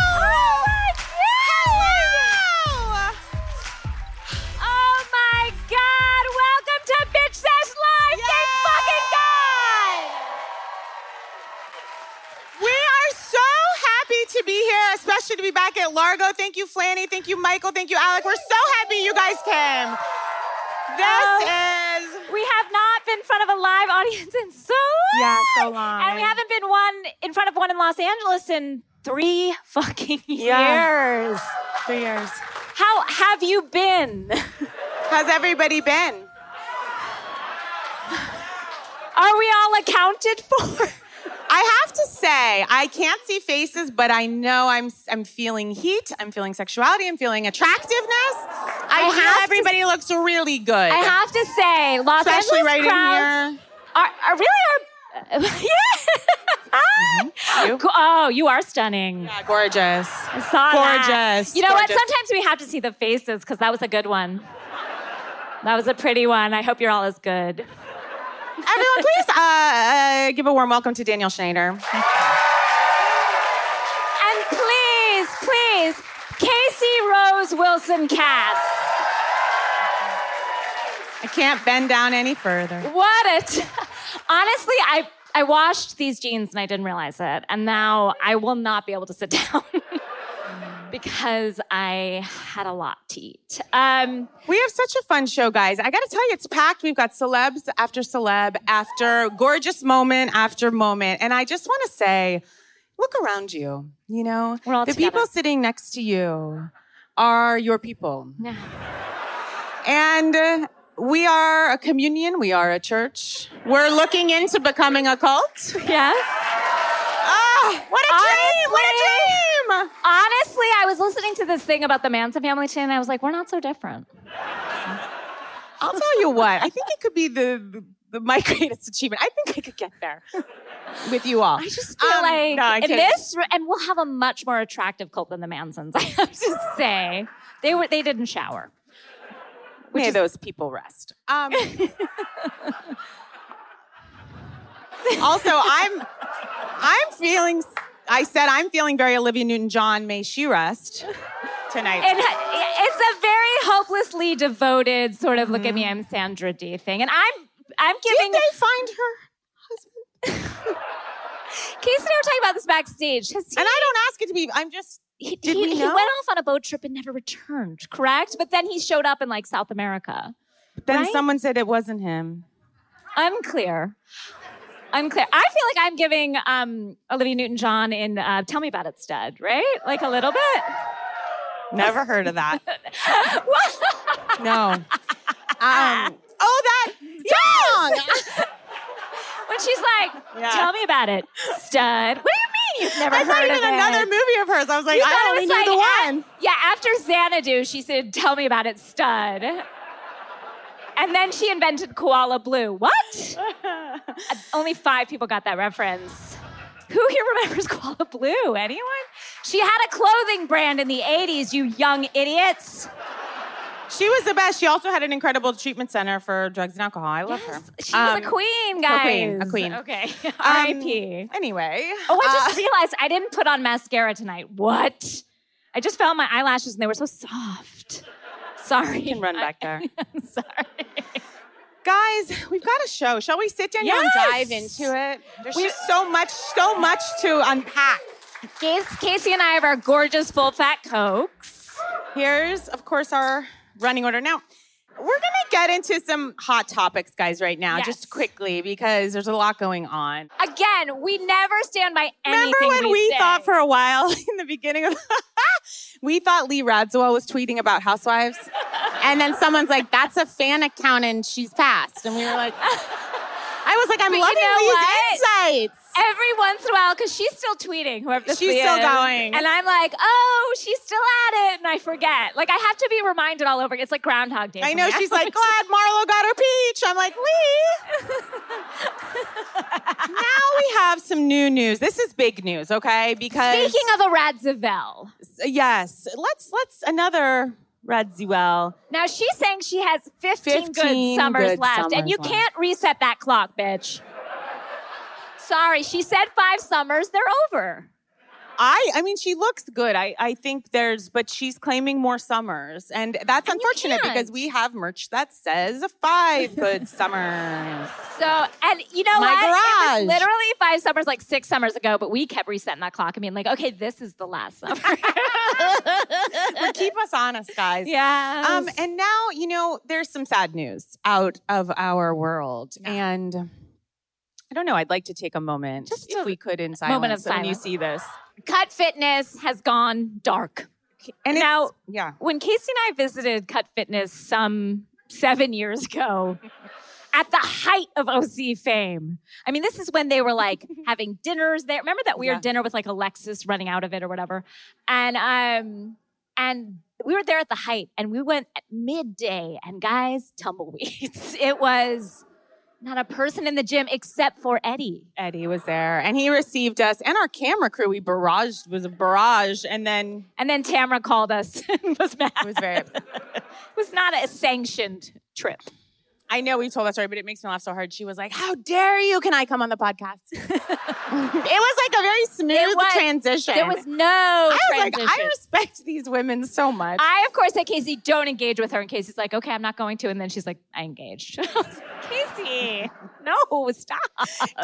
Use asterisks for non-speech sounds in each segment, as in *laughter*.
Oh to be here, especially to be back at Largo. Thank you, Flanny. Thank you, Michael. Thank you, Alec. We're so happy you guys came. This is. We have not been in front of a live audience in so long. Yeah, so long. And we haven't been one in front of one in Los Angeles in three fucking years. Yeah. Three years. How have you been? *laughs* How's everybody been? Are we all accounted for? I have to say, I can't see faces, but I know I'm I'm feeling heat, I'm feeling sexuality, I'm feeling attractiveness. I, I feel have to- everybody looks really good. I have to say, Los especially Angeles right crowds Are, are *laughs* in here. Mm-hmm. really are yeah. Hi. You. Go- Oh, you are stunning. Yeah, gorgeous. I saw that. Gorgeous, You know what? gorgeous. Sometimes we have to see the faces because that was a good one. That was a pretty one. I hope you're all as good. Everyone, please uh, uh, give a warm welcome to Daniel Schneider. And please, please, Casey Rose Wilson Cass. I can't bend down any further. What a t- *laughs* honestly, I I washed these jeans and I didn't realize it, and now I will not be able to sit *laughs* down because I had a lot to eat. Um, *laughs* We have such a fun show, guys. I gotta tell you, it's packed. We've got celebs after celeb, after gorgeous moment after moment. And I just wanna say, look around you. You know, We're all the together. people sitting next to you are your people. Yeah. And uh, we are a communion, we are a church. We're looking into becoming a cult. yes. Ah, what a dream! What a dream! Honestly, I was listening to this thing about the Manson family today, and I was like, we're not so different. I'll tell you what. I think it could be the, the, the my *laughs* greatest achievement. I think I could get there with you all. I just feel Um, like no, I'm in kidding. this, and we'll have a much more attractive cult than the Mansons. *laughs* I have to say, they were they didn't shower. may those people rest. *laughs* Um, also, I'm I'm feeling. I said I'm feeling very Olivia Newton-John. May she rest tonight. And it's a very hopelessly devoted sort of look at Mm-hmm. me, I'm Sandra D thing. And I'm I'm giving Did they find her husband? Casey and I were talking about this backstage. Has he, And I don't ask it to be. I'm just. he, did he- we he know? went off on a boat trip and never returned, correct? But then he showed up in like South America. Then Right? someone said it wasn't him. Unclear. Unclear. I feel like I'm giving um, Olivia Newton John in uh, Tell Me About It Stud, right? Like a little bit. Never heard *laughs* of that. no. Um, oh, that song. When she's like, Yeah. Tell me about it, stud. What do you mean you've never I heard thought of even it? another movie of hers. I was like, You I thought it only was knew like the a- one. yeah, after Xanadu, she said, Tell me about it, stud. And then she invented Koala Blue. *laughs* What? Uh, Only five people got that reference. Who here remembers *laughs* Koala Blue? Anyone? She had a clothing brand in the 80s, you young idiots. She was the best. She also had an incredible treatment center for drugs and alcohol. I love Yes, her. She was Um, a queen, a guys. queen, a queen. Okay. *laughs* um, R.I.P. Anyway. Oh, I just uh, realized I didn't put on mascara tonight. What? I just found my eyelashes and they were so soft. Sorry. you can *laughs* run back there. I'm sorry. Guys, we've got a show. Shall we sit down Yes! and dive into it? There's We- just so much, so much to unpack. Case- Casey and I have our gorgeous full fat cokes. Here's, of course, our running order. Now, we're going to get into some hot topics, guys, right now, Yes. just quickly, because there's a lot going on. Again, we never stand by anything. Remember when we, say. thought for a while *laughs* in the beginning of we thought Lee Radziwill was tweeting about housewives? And then someone's like, that's a fan account and she's passed. And we were *laughs* like, I was like, I'm But you loving know Lee's what? insights. every once in a while because she's still tweeting whoever this She's Lee still is. going. and i'm like oh she's still at it and i forget like i have to be reminded all over again. it's like groundhog day I for know me. *laughs* she's like, glad Marlo got her peach. I'm like, Lee. now we have some new news. This is big news, okay? Because speaking of a radzivill yes, let's let's another Radziwill. Now she's saying she has 15, 15 good summers good left, summers and you left. can't reset that clock, bitch. Sorry, she said five summers, they're over. I I mean she looks good. I I think there's but she's claiming more summers and that's And you unfortunate can't. because we have merch that says five good *laughs* summers. So, and you know My what? It was garage. literally five summers, like six summers ago, but we kept resetting that clock and being like, okay, this is the last *laughs* summer. *laughs* But keep us honest, guys. yeah. Um and now, you know, there's some sad news out of our world and I don't know, I'd like to take a moment Just if a we could in silence moment of when you silence. see this. Cut Fitness has gone dark. And it's- Now- yeah. When Casey and I visited Cut Fitness some seven years ago, at the height of OC fame, I mean, this is when they were *laughs* like having dinners there. Remember that weird Yeah. dinner with like Alexis running out of it or whatever, and um, and we were there at the height, and we went at midday, and guys, tumbleweeds. *laughs* It was not a person in the gym except for Eddie. Eddie was there and he received us and our camera crew. We barraged was a barrage and then And then Tamara called us *laughs* and was mad. it was very upset. It was not a sanctioned trip. *laughs* I know we've told that story, but it makes me laugh so hard. She was like, How dare you? Can I come on the podcast? *laughs* it was like a very smooth It was- transition. There was no I was transition. like, I respect these women so much. I, of course, said, Casey, don't engage with her. And Casey's like, okay, I'm not going to. And then she's like, I engaged. *laughs* I was like, Casey, no, stop.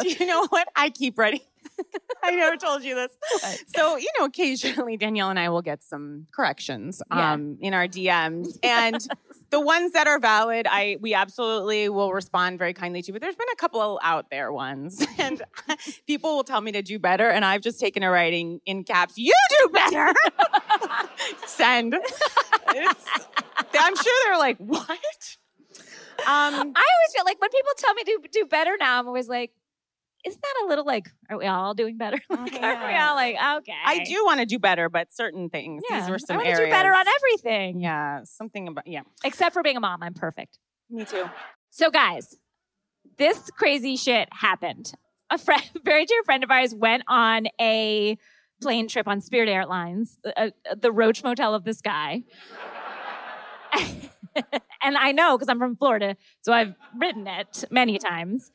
Do you know what? I keep ready. *laughs* I never told you this. So, you know, occasionally Danielle and I will get some corrections Yeah. um, in our DMs. And the ones that are valid, I we absolutely will respond very kindly to. But there's been a couple out there ones. *laughs* And people will tell me to do better. And I've just taken a writing in caps, you do better. *laughs* Send. It's- I'm sure they're like, what? Um, I always feel like when people tell me to do better now, I'm always like, isn't that a little like, are we all doing better? *laughs* Like, Aren't we Um, *laughs* Yeah. all like, okay. I do want to do better, but certain things. Yeah. These were some I wanna areas. do better on e everything. Yeah, something about yeah. Except for being a mom, I'm perfect. Me too. So, guys, this crazy shit happened. A friend, *laughs* very dear friend of ours went on a plane trip on Spirit Airlines, uh, uh, the Roach Motel of the Sky. *laughs* and I know because I'm from Florida, so I've written it many times.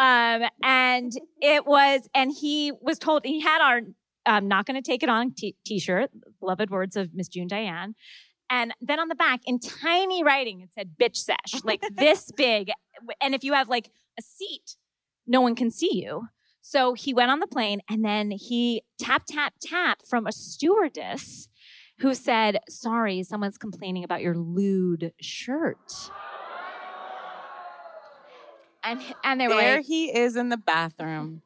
Um, and it was, and he was told he had our um, "Not Going to Take It On" t- T-shirt, beloved words of Miss June Diane, and then on the back in tiny writing it said "Bitch Sesh," like this big. And if you have like a seat, no one can see you. So he went on the plane, and then he tap tap tap from a stewardess. Who said, sorry, someone's complaining about your lewd shirt. And, and they were There like, he is in the bathroom.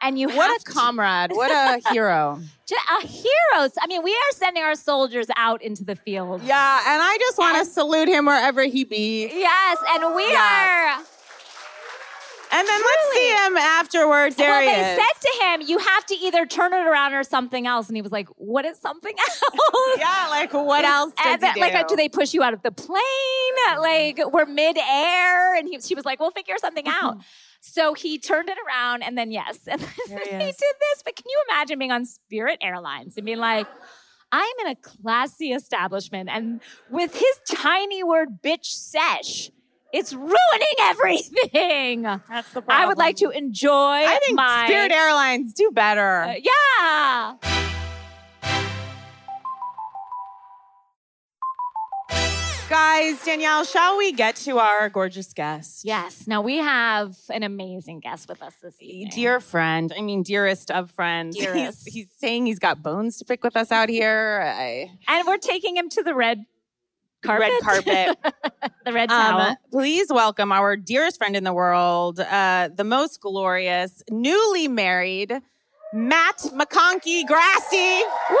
and *laughs* you have What a to- comrade! What *laughs* a hero! Ju- uh, heroes. I mean, we are sending our soldiers out into the field. yeah, and I just want to And- salute him wherever he be. Yes, and we Yes. are. And then let's see him afterwards. There well, he they is. said to him, "You have to either turn it around or something else," and he was like, "What is something *laughs* else?" yeah, like what else does And he then, do? Mm-hmm. like, uh, do they push you out of the plane? Like, we're midair, and he, she was like, "We'll figure something out." So he turned it around, and then yes, *laughs* and then Mm-hmm. There he he is. did this. But can you imagine being on Spirit Airlines and being like? I'm in a classy establishment, and with his tiny word "bitch" sesh, it's ruining everything. That's the problem. I would like to enjoy I think my Spirit Airlines do better. Uh, yeah. Guys, Danielle, shall we get to our gorgeous guest? Yes. Now we have an amazing guest with us this evening. Eh, Dear friend, I mean dearest of friends. *laughs* He's- Dearest. He's, saying he's got bones to pick with us out here. I, And we're taking him to the red carpet. red *laughs* carpet. *laughs* the red towel. Um, please welcome our dearest friend in the world, uh, the most glorious, newly married, Matt McConkey Grassy. Woo!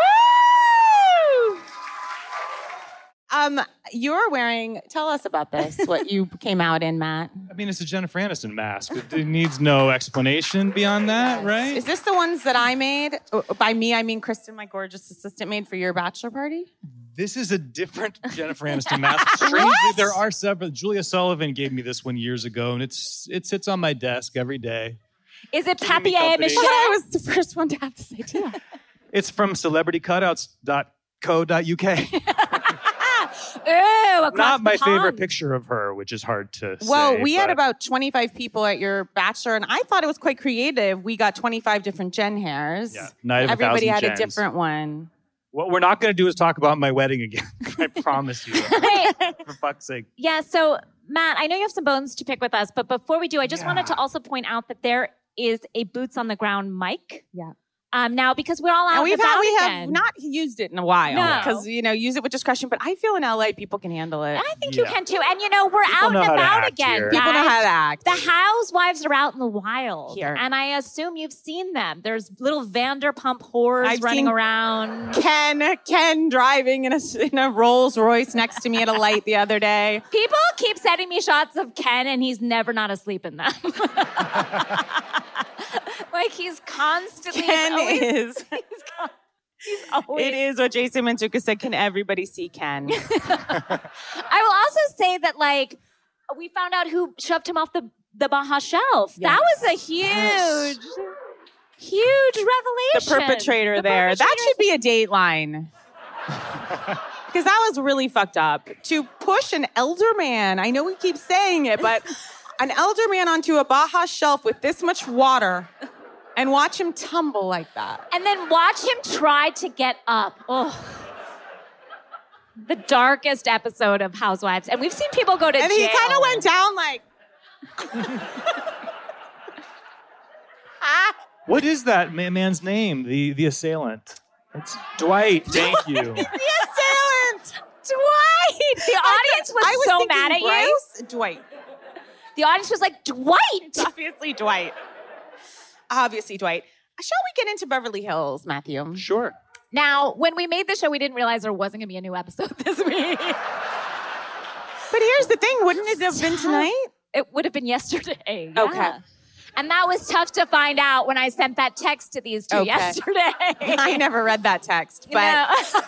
Um, you're wearing. Tell us about *laughs* this. What you came out in, Matt? I mean, it's a Jennifer Aniston mask. It, it needs no explanation beyond that, Is right? this the ones that I made? Oh, By me, I mean Kristen, my gorgeous assistant, made for your bachelor party. This is a different *laughs* Jennifer Aniston mask. Strangely, there are several. Julia Sullivan gave me this one years ago, and it's it sits on my desk every day. Is it Jimmy papier Company. But mache? *laughs* I was the first one to have this idea. *laughs* It's from CelebrityCutouts.co.uk. Ah! Ooh, go across Not the my pond. favorite picture of her, which is hard to Whoa, say, we had but- about 25 people at your bachelor, and I thought it was quite creative. We got 25 different Jen hairs. Yeah, night of a Everybody had thousand a gens. different one. What we're not going to do is talk about my *laughs* wedding again. *laughs* I promise you. Wait, For fuck's sake. Yeah, so Matt, I know you have some bones to pick with us, but before we do, I just wanted to also point out that there is a boots on the ground mic. Yeah. Um, now because we're all out And and we've about had, we have again. not used it in a while No. because you know use it with discretion. But I feel in LA people can handle it. And I think you Yeah. can too. And you know, we're out know and how to about act again. here. people know guys. how to act. the housewives are out in the wild, Here. and I assume you've seen them. There's little Vanderpump whores I've running seen- around. Ken Ken driving in a s- in a Rolls Royce next to me at a light the other day. People keep sending me shots of Ken, and he's never not asleep in them. *laughs* like he's constantly he's Ken always is always- it is what Jason Mantzoukas said. Can everybody see Ken? I will also say that like we found out who shoved him off the the Baja shelf. Yeah. That was a huge, Yes. huge the revelation. perpetrator The there. That perpetrator's- should be a dateline. *laughs* Because that was really fucked up. To push an elder man, I know we keep saying *laughs* it, but an elder man onto a Baja shelf with this much water and watch him tumble like that. and then watch him try to get up. Oh. The darkest episode of Housewives, and we've seen people go to And jail. he kind of went down like, What is that ma- man's name? The the assailant. It's Dwight. Thank you. the assailant. Dwight. *laughs* The audience was, I was so thinking mad at you. Bryce, Dwight. The audience was like, Dwight. Obviously, Dwight. Obviously, Dwight. Shall we get into Beverly Hills, Matthew? *laughs* sure. Now, when we made the show, we didn't realize there wasn't going to be a new episode *laughs* this week. But here's the thing wouldn't it *laughs* have been tonight? It would have been yesterday. Okay. yeah. And that was tough to find out when I sent that text to these two Okay. yesterday. *laughs* I never read that text, You *laughs* but know?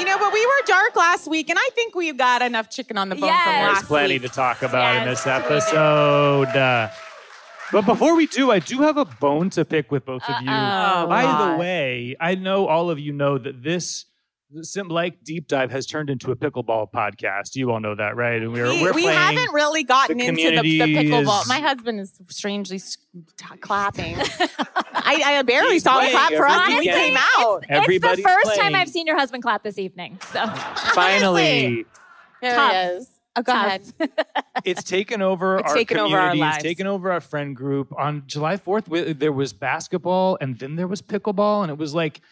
you know, but we were dark last week, and I think we got enough chicken on the bone Yes. from There's last There's plenty week. to talk about in Yes, this we do. episode. Uh, but before we do, I do have a bone to pick with both of you. Uh-oh. By the God. way, I know all of you know that this sim like deep dive has turned into a pickleball podcast. You all know that, right? And we're, we, we're we playing. haven't really gotten the into the, the community pickleball. is- My husband is strangely s- t- *laughs* clapping. I, I barely He's saw him playing clap for us every when he weekend. came out. it's the Everybody's first time playing. I've seen your husband clap this evening. So Finally, There Tough. is. Oh, go Tough. ahead. it's taken over It's our taken over community. our lives. It's taken over our friend group. On July 4th, wi- there was basketball and then there was pickleball. And it was like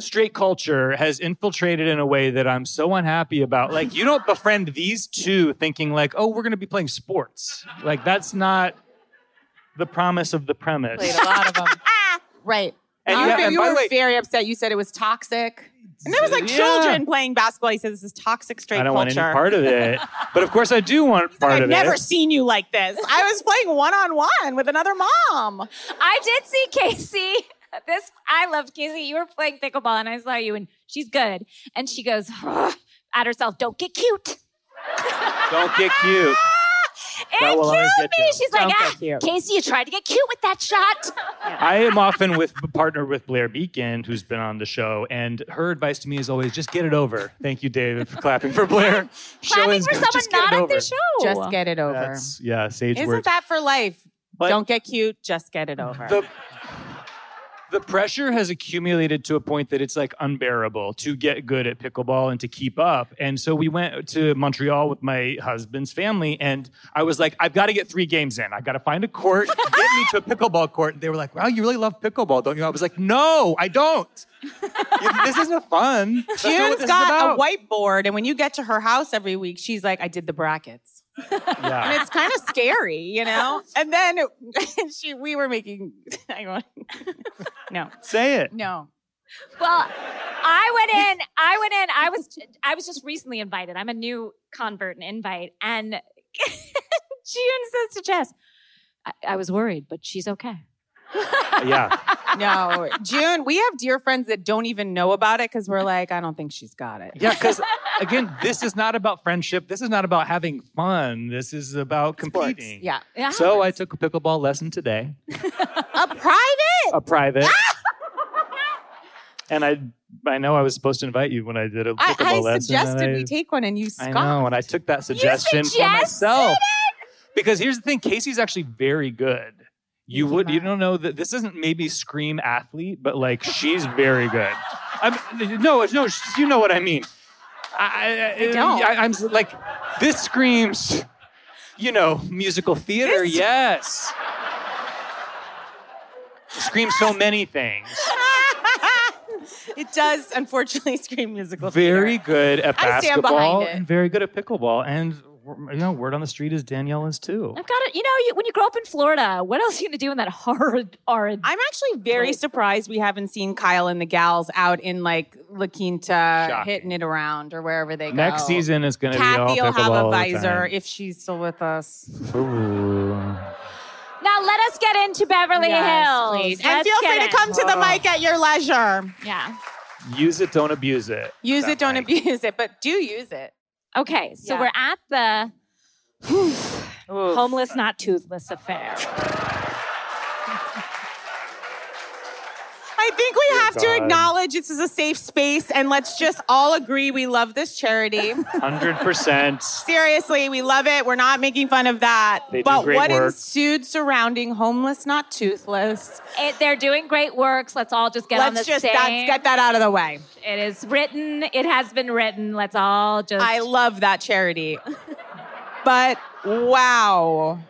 straight culture has infiltrated in a way that I'm so unhappy about. Like, you don't befriend these two thinking, like, oh, we're going to be playing sports. Like, that's not the promise of the *laughs* premise. Played a lot of *laughs* them. right. And you yeah, and you by the were way- very upset. You said it was toxic. And there was like Yeah. children playing basketball. He said this is toxic straight I don't want culture. any part of it. But of course, I do want part I've of never it. seen you like this. I was playing one on one with another mom. I did see Casey. *laughs* This I loved Casey. You were playing pickleball, and I saw you, and she's good. And she goes at herself, "Don't get cute." Don't get cute. That it will always killed get me. you. She's Don't like, get ah, cute." Casey, you tried to get cute with that *laughs* shot. I am often with partnered with Blair Beacon, who's been on the show, and her advice to me is always just get it over. Thank you, David, for clapping for Blair. Show Clapping is for good. someone Just get not it at over. the show. Just get it over. That's yeah, sage Isn't words. that for life? But- Don't get cute, just get it over. the the pressure has accumulated to a point that it's like unbearable to get good at pickleball and to keep up. And so we went to Montreal with my husband's family, and I was like, I've got to get three games in. I got to find *laughs* a court, get me to a pickleball court. And they were like, Wow, you really love pickleball, don't you? I was like, No, I don't. this isn't *laughs* fun. That's not what June's this is got a about." whiteboard, and when you get to her house every week, she's like, I did the brackets. Yeah. And it's kind of scary, you know? And then *laughs* she we were making *laughs* I won't. No, Say it. no. Well, I went *laughs* in. I went in. I was. I was just recently invited. I'm a new convert and invite. And *laughs* June says to Jess, I, "I was worried, but she's okay." Yeah. No. June, we have dear friends that don't even know about it because we're like, I don't think she's got *laughs* it. *laughs* Yeah, because again, this is not about friendship. This is not about having fun. This is about competing. Yeah. Yeah. So I took a pickleball lesson today, *laughs* A private? a private. And I I know I was supposed to invite you when I did a I, pickleball I lesson. and suggested I- we take one, and you I scoffed. know, and I took that suggestion for myself. Because here's the thing, Casey's actually very good. You Thank you, would you Mark. don't know that this isn't maybe scream athlete, but like *laughs* she's very good. I'm no, it's- no, sh- you know what I mean. I, I, uh, I don't. I, am like this screams, you know, musical theater. This- Yes, screams so many things. *laughs* it does, unfortunately, scream musical. Very theater. good at I stand behind basketball it. and very good at pickleball. And you know, word on the street is Danielle is too. I've got it. You know, you, when you grow up in Florida, what else are you gonna do in that *laughs* hard, hard? I'm actually very Right. surprised we haven't seen Kyle and the gals out in like La Quinta, Shocking. hitting it around or wherever they go. Next season is going to be all Kathy will have pickleball a all the visor time. if she's still with us. Ooh. Now let us get into Beverly Yes, Hills. please. And Let's feel get free to in. come to the mic Oh. at your leisure. Yeah. Use it, don't abuse it. Use That it, don't mic. abuse it, but do use it. Okay, so Yeah. we're at the homeless, not toothless affair. I think we Dear have to God. acknowledge this is a safe space and let's just all agree we love this *laughs* charity. *laughs* 100%. Seriously, we love it. We're not making fun of that. They do but great what work. ensued surrounding homeless, not toothless? It, they're doing great works. Let's all just get on the let's just same. that's, get that out of the way. It is written. It has been written. Let's all just. I love that charity. *laughs* but wow. I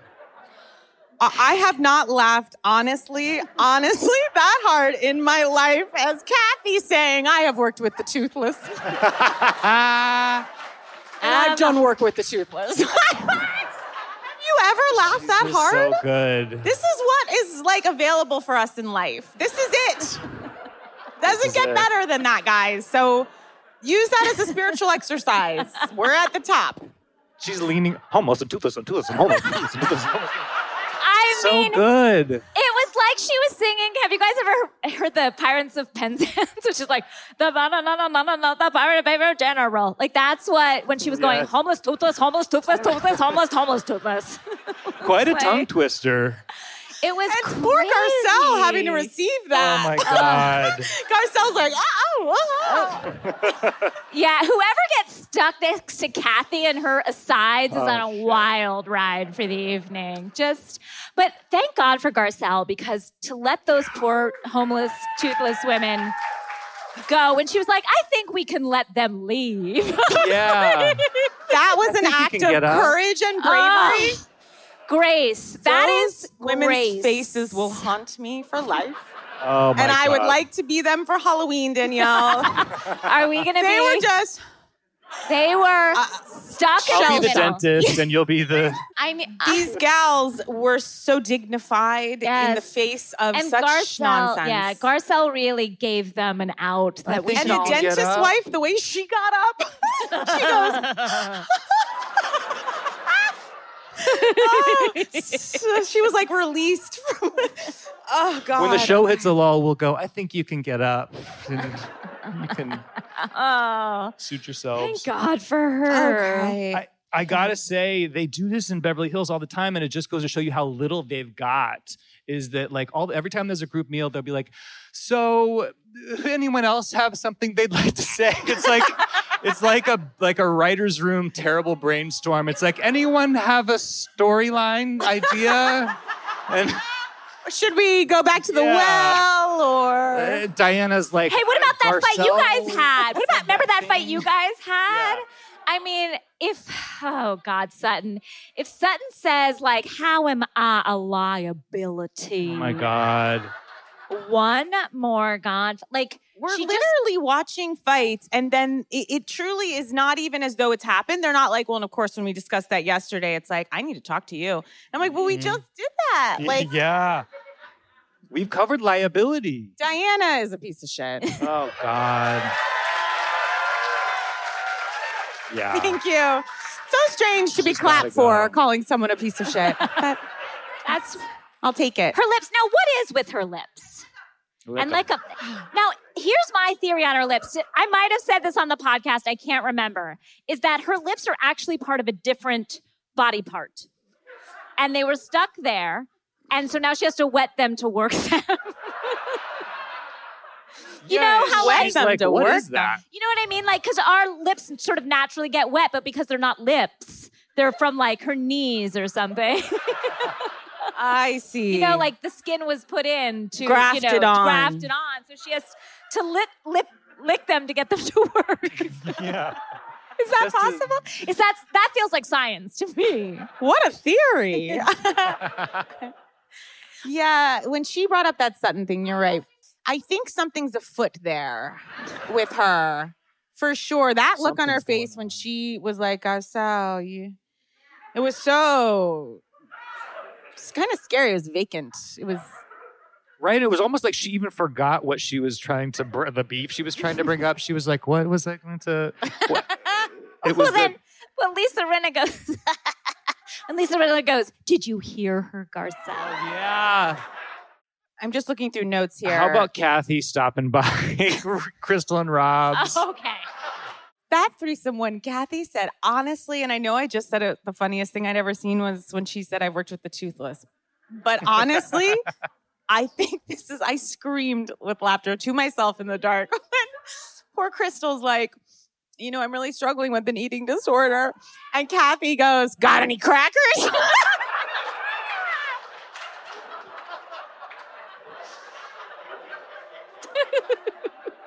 I have not laughed honestly, honestly *laughs* that hard in my life as Kathy saying I have worked with the toothless. *laughs* and Um, I've done work with *laughs* the toothless. *laughs* have you ever laughed that This is hard? so good. This is what is like available for us in life. This is *laughs* it. Doesn't is get it. better than that, guys. So use that as a spiritual *laughs* exercise. We're at the top. She's leaning homeless and toothless and toothless and homeless. and toothless and toothless and homeless. I so mean, good. It was like she was singing. Have you guys ever heard the Pirates of Penzance, *laughs* which is like the na na na na na na na the pirate baby general? Like that's what when she was going Yes. homeless, toothless, homeless, toothless, toothless, homeless, homeless, toothless. Quite a like- tongue twister. It was And crazy. poor Garcelle having to receive Oh that. *laughs* my God. Garcelle's like, oh, oh, oh. Yeah, whoever gets stuck next to Kathy and her asides is Oh, on a shit. wild ride for the evening. Just, but thank God for Garcelle because to let those poor homeless, toothless women go when she was like, I think we can let them leave. *laughs* Yeah. *laughs* that was an think you act can of get up. courage and bravery. Oh, grace. That Those is women's grace. faces will haunt me for life, Oh my and I would God. like to be them for Halloween, Danielle. *laughs* Are we gonna *laughs* they be? were just Uh, they were stuck in I'll I'll be the middle. *laughs* dentist and you'll be the. I mean, these gals were so dignified in the Yes. face of and such Garcelle, nonsense. yeah, Garcelle really gave them an out that we and think should the all did. dentist Get up. wife, the way she got up, *laughs* she goes. "Ah." *laughs* Oh, so she was like released from. *laughs* Oh God! When the show hits a lull, we'll go, I think you can get up. *laughs* And you can Oh, suit yourselves. thank God for her. Okay. I, I gotta say, they do this in Beverly Hills all the time, and it just goes to show you how little they've got. Is that like all every time there's a group meal, they'll be like, "So, uh, anyone else have something they'd like to say?" *laughs* It's like, it's like a like a writer's room terrible brainstorm. It's like, anyone have a storyline idea? And Should we go back to the Yeah. well or? uh, Diana's like, Hey, what about that fight you guys "Garcelle?" had? What about remember that fight you guys had? Yeah. I mean, if oh God, Sutton, if Sutton says like, "How am I a liability?" Oh my god! One more God, like We're she literally just watching fights, and then it, it truly is not even as though it's happened. They're not like, well, and of course, when we discussed that yesterday, it's like, I need to talk to you. And I'm like, well, we Mm-hmm. Mhm. just did that. Like, yeah, we've covered liability. Diana is a piece of shit. *laughs* Oh God. Yeah. Ah. Thank you. So strange to be She's gotta clapped for go. calling someone a piece of shit, *laughs* but that's I'll take it. her lips. Now, what is with her lips? and like a now here's my theory on her lips i might have said this on the podcast i can't remember is that her lips are actually part of a different body part and they were stuck *laughs* there and so now she has to wet them to work them You know how Wet like, She's them like, to "What work is that? you know what I mean? Like, because our lips sort of naturally get wet, but because they're not lips, they're from like her knees or something. *laughs* I see. you know, like the skin was put in to you Grafted know, on. grafted on. So she has to lip lip lick them to get them to *laughs* work. *laughs* Yeah. Is that Just to- possible? Is that that feels like science to me? What a *laughs* theory. yeah, when she brought up that Sutton thing, you're right. I think something's afoot there with her. For sure. That look on her Something's going face when on. she was like, I saw you. It was so it's kind of scary. It was vacant. It was Right? It was almost like she even forgot what she was trying to br- the beef she was trying to bring up. She was like, "What was I *laughs* going to?" What? It was well, the- then when Lisa Rinna goes, *laughs* and Lisa Rinna goes, "Did you hear her, Garcelle?" yeah. I'm just looking through notes here. How about Kathy stopping by *laughs* Crystal and Rob's? Okay. that threesome one, Kathy said, honestly, and I know I just said it, the funniest thing I'd ever seen was when she said, I've worked with the toothless. But *laughs* honestly, I think this is, I screamed with laughter to myself in the dark *laughs* when poor Crystal's like, you know, I'm really struggling with an eating disorder. And Kathy goes, Got any crackers? *laughs*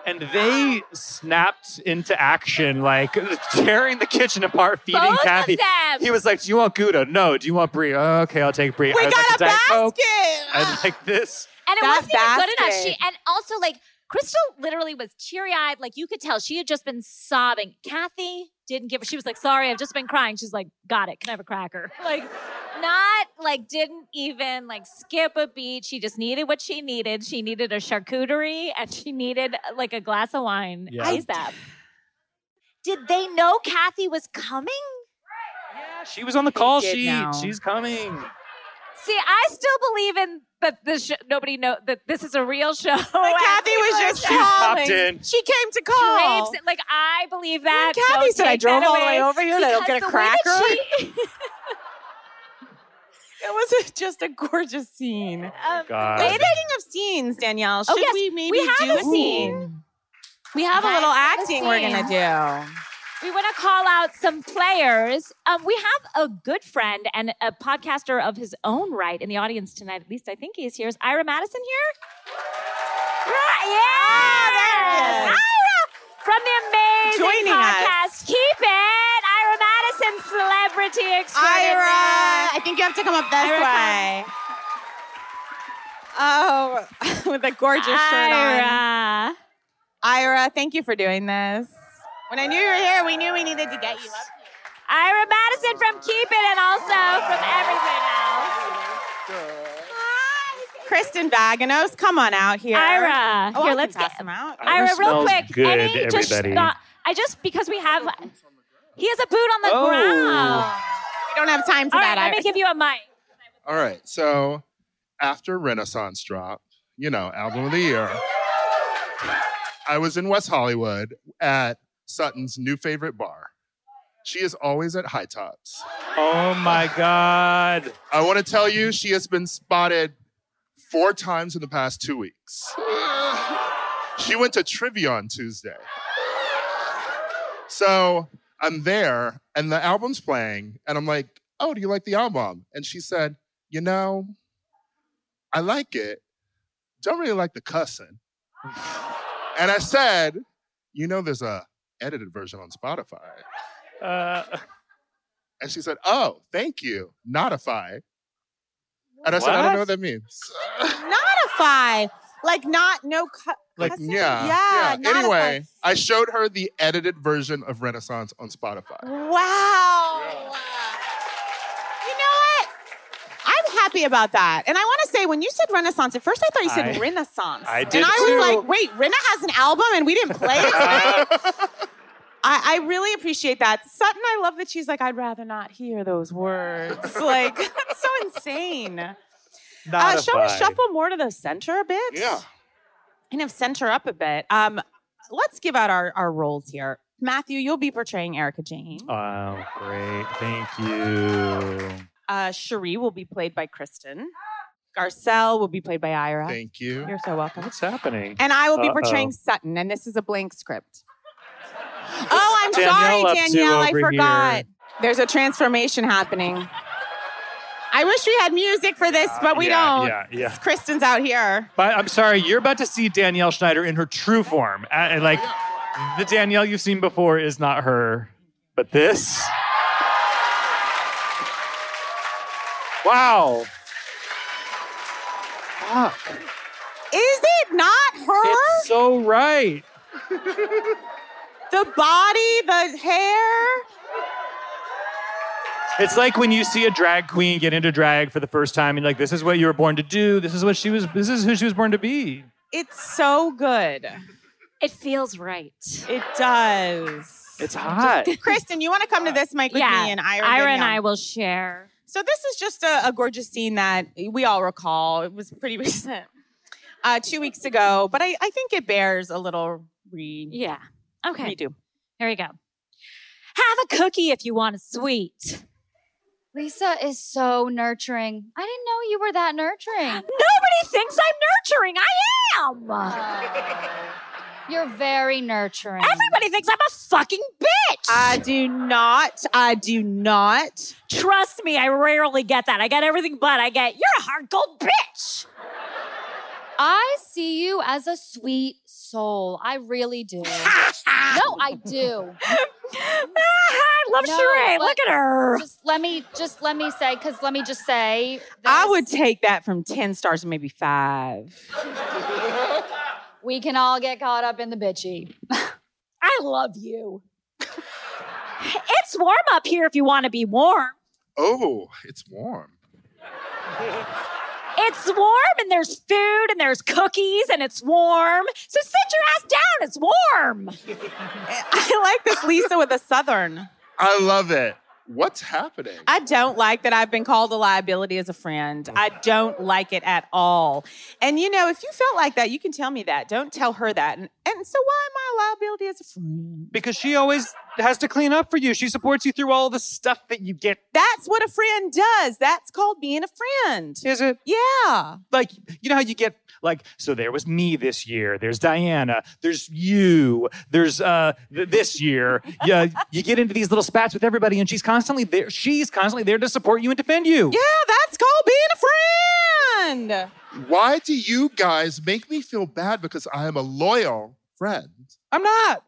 And they snapped into action, like tearing the kitchen apart, feeding Both Kathy. of them. He was like, "Do you want Gouda? No. Do you want Brie? Oh, okay, I'll take Brie. we I got like a basket. *gasps* I like this. and it That wasn't even good enough. basket. She and also like Crystal literally was teary eyed. Like you could tell she had just been sobbing. Kathy didn't give. She was like, "Sorry, I've just been crying." She's like, "Got it. Can I have a cracker?" *laughs* Like. Not like didn't even like skip a beat. She just needed what she needed. She needed a charcuterie and she needed like a glass of wine. Yeah. Yeah. that. Did they know Kathy was coming? She was on the call did sheet. now. She's coming. See, I still believe in that this sh- nobody know that this is a real show. *laughs* But Kathy was just She's popped calling. in. She came to call. drapes it. Like I believe that. Oh. Kathy Don't said, "I take drove that all the way away." over here. They don't Because get a the way that cracker." *laughs* she- um, It was *laughs* a- just a gorgeous scene. um, God. the way that- Speaking of scenes, Danielle, Oh, should yes, we maybe we do have a scene. We have a Okay, little we have a acting we're gonna do. we want to call out some players. Um, we have a good friend and a podcaster of his own right in the audience tonight. At least I think he is here. Is Ira Madison here? Right, Ah, there yeah, he is. Ira from the amazing Joining us. podcast. Keep it, Ira Madison, celebrity extraordinaire. Ira, I think you have to come up this Ira, come. way. Oh, *laughs* with a gorgeous shirt on. Ira. Ira, thank you for doing this. When I knew you were here, we knew we needed to get you up. Ira Madison from Keep It and also from everything else. Kristen Vaganos, come on out here. Ira, oh, I here, can let's pass get them out. Ira, real smells quick. good, any just everybody. thought- I just because we have he has a boot on the Oh. ground. We don't have time for All right, that, let Ira. me give you a mic. All right. So after Renaissance drop, you know, album of the year, I was in West Hollywood at Sutton's new favorite bar. She is always at high tops. Oh my God. I want to tell you, she has been spotted four times in the past two weeks. She went to trivia on Tuesday. So I'm there, and the album's playing, and I'm like, Oh, do you like the album? And she said, You know, I like it. Don't really like the cussing. and I said, You know, there's a edited version on Spotify. Uh, And she said, Oh, thank you. Notify. And I said, I don't What? know what that means. Uh, Notify, like not no cu- Like, cussing? yeah. yeah. notify. Anyway, I showed her the edited version of Renaissance on Spotify. Wow. You know what? I'm happy about that. And I want to say, when you said Renaissance, at first I thought you said I- Renaissance. I did and I too. was like, wait, Rena has an album and we didn't play it? *laughs* tonight? I, I really appreciate that. Sutton, I love that she's like, I'd rather not hear those words. Like, that's so insane. Uh, shall we notified. shuffle more to the center a bit? Yeah. kind of center up a bit. Um, let's give out our, our roles here. Matthew, you'll be portraying Erica Jane. Oh, great. Thank you. Uh, Cherie will be played by Kristen. Garcelle will be played by Ira. *laughs* Thank you. You're so welcome. What's happening? And I will be Uh-oh. portraying Sutton, and this is a blank *laughs* script. oh, I'm Danielle up sorry, to Danielle. I over here. forgot. There's a transformation happening. I wish we had music for this, but we Uh, Yeah, don't. yeah, yeah. Kristen's out here. But I'm sorry, you're about to see Danielle Schneider in her true form. Uh, and, like the Danielle you've seen before is not her, but this. Wow. Fuck. Is it not her? It's so right. the body, the hair. It's like when you see a drag queen get into drag for the first time and like this is what you were born to do. This is what she was this is who she was born to be. It's so good. It feels right. It does. It's hot. Kristen, you want to come to this mic with yeah. me and Ira? and Danielle? I will share. So this is just a, a gorgeous scene that we all recall. It was pretty *laughs* recent, uh, two weeks ago, but I, I think it bears a little re- Yeah. Okay. redo. Here we go. Have a cookie if you want a sweet. Lisa is so nurturing. I didn't know you were that nurturing. Nobody thinks I'm nurturing. I am. Oh, you're very nurturing. Everybody thinks I'm a fucking bitch. I do not. I do not. Trust me, I rarely get that. I get everything but I get, you're a hard gold bitch. I see you as a sweet soul. I really do. no, I do. Ah, I love No, Sheree. but- Look at her. Just let me just let me say cuz let me just say I this. would take that from ten stars to maybe five. we can all get caught up in the bitchy. I love you. it's warm up here if you want to be warm. Oh, it's warm. It's warm and there's food and there's cookies and it's warm. So sit your ass down. It's warm. *laughs* I like this Lisa with a southern. I love it. What's happening? I don't like that I've been called a liability as a friend. I don't like it at all. And you know, if you felt like that, you can tell me that. Don't tell her that. And, and so, why am I a liability as a friend? because she always has to clean up for you. She supports you through all the stuff that you get. That's what a friend does. That's called being a friend. Is it Yeah. like you know how you get like so there was me this year. There's Diana. There's you. There's uh th- this year. Yeah, you get into these little spats with everybody, and she's constantly there. She's constantly there to support you and defend you. Yeah, that's called being a friend. Why do you guys make me feel bad because I am a loyal friend? I'm not.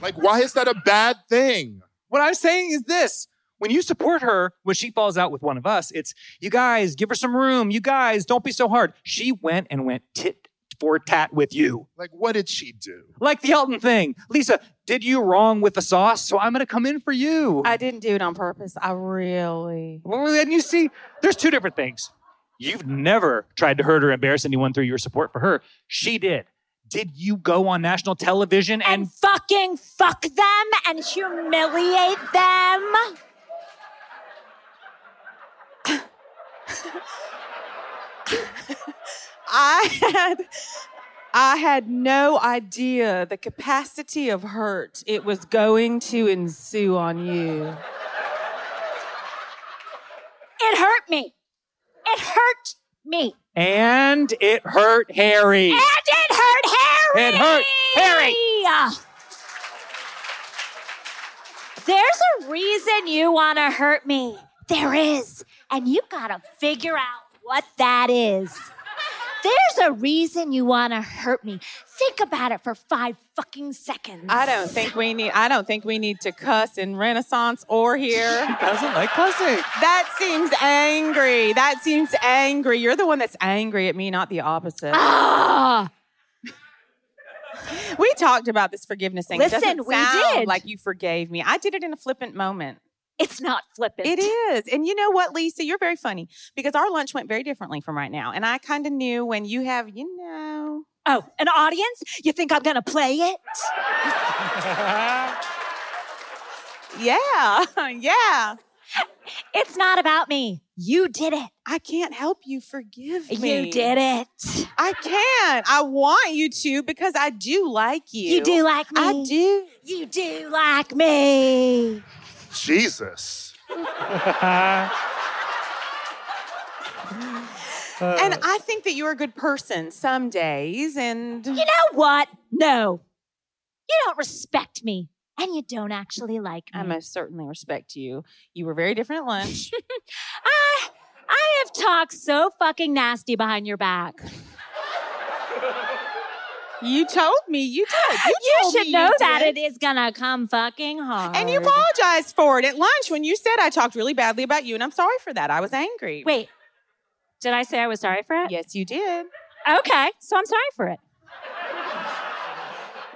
Like, why is that a bad thing? What I'm saying is this. When you support her, when she falls out with one of us, it's you guys give her some room. You guys don't be so hard. She went and went tit for tat with you. Like, what did she do? Like the Elton thing. Lisa, did you wrong with the sauce? So I'm going to come in for you. I didn't do it on purpose. I really. Well, and you see, there's two different things. You've never tried to hurt or embarrass anyone through your support for her. She did. Did you go on national television And, and fucking fuck them and humiliate them. I had I had no idea the capacity of hurt it was going to ensue on you. It hurt me. It hurt me. and it hurt Harry? And it hurt Harry. It hurt Harry. There's a reason you want to hurt me. There is. And you got to figure out what that is. There's a reason you want to hurt me. Think about it for five fucking seconds. I don't think we need I don't think we need to cuss in Renaissance or here. Doesn't like pussy. *laughs* That seems angry. That seems angry. You're the one that's angry at me, not the opposite. Ah, We talked about this forgiveness thing. It doesn't Listen, we sound did. Like you forgave me. I did it in a flippant moment. it's not flippant. It is. And you know what, Lisa? You're very funny because our lunch went very differently from right now. And I kind of knew when you have, you know. Oh, an audience? You think I'm going to play it? Yeah. *laughs* yeah. It's not about me. You did it. I can't help you forgive me. You did it. I can't. I want you to because I do like you. You do like me. I do. You do like me. Jesus. and I think that you're a good person some days. And You know what? No. You don't respect me. And you don't actually like me. I most certainly respect you. You were very different at lunch. I, I have talked so fucking nasty behind your back. you told me. *gasps* You told. You, You told should me know that did. it is gonna come fucking hard. And you apologized for it at lunch when you said I talked really badly about you, and I'm sorry for that. I was angry. Wait, did I say I was sorry for it? Yes, you did. Okay, so I'm sorry for it.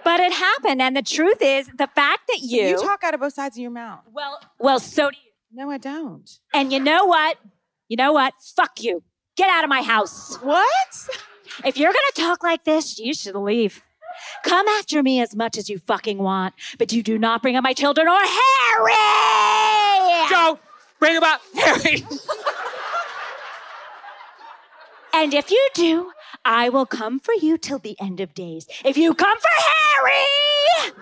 but it happened, and the truth is, the fact that you, You talk out of both sides of your mouth. well, well, so do you. No, I don't. And you know what? You know what? Fuck you. Get out of my house. What? If you're gonna talk like this, you should leave. Come after me as much as you fucking want, but you do not bring up my children or Harry. Don't bring about Harry. And if you do, I will come for you till the end of days. If you come for Harry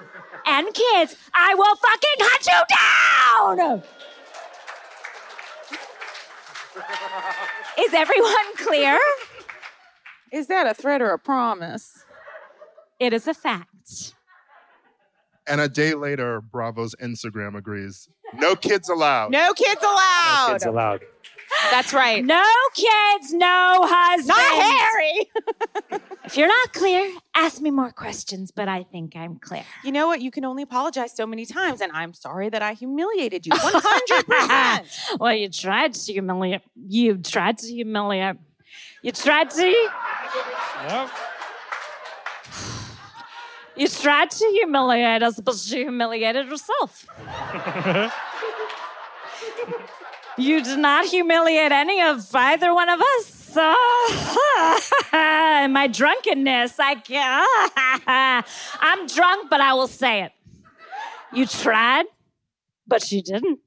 and kids, I will fucking hunt you down. Is everyone clear? Is that a threat or a promise? It is a fact. And a day later, Bravo's Instagram agrees. No kids allowed. No kids allowed. *laughs* It's allowed. That's right. No kids, no husbands. Not Harry. If you're not clear, ask me more questions, but I think I'm clear. You know what? You can only apologize so many times, and I'm sorry that I *laughs* humiliated you. 100%. Well, you tried to humiliate. You tried to humiliate. You tried to. Yep. You tried to humiliate us, but you humiliated yourself. you did not humiliate any of either one of us. So, *laughs* in my drunkenness, I can't. I'm drunk, but I will say it. You tried, but you didn't.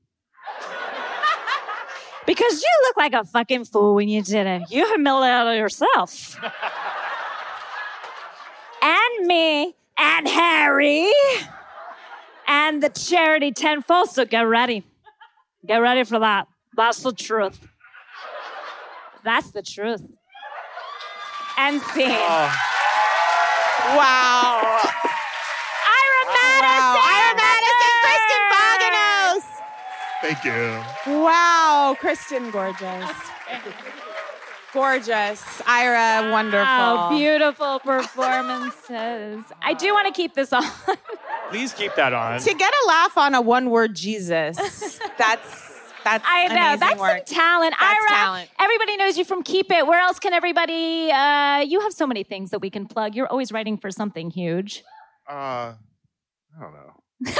Because you look like a fucking fool when you did it. You humiliated yourself and me and Harry and the charity tenfold. So get ready. Get ready for that. That's the truth. That's the truth. And scene. wow. Ira Madison! Ira Madison, Kristen Boganos. Thank you. Wow, Kristen, gorgeous. gorgeous. Ira, wonderful. Wow, beautiful performances. I do want to keep this on. Please keep that on. to get a laugh on a one *laughs* word Jesus, that's that's I know. amazing That's work. some talent. That's Ira, talent. everybody knows you from Keep It. Where else can everybody? Uh, you have so many things that we can plug. You're always writing for something huge. *laughs* Uh, I don't know.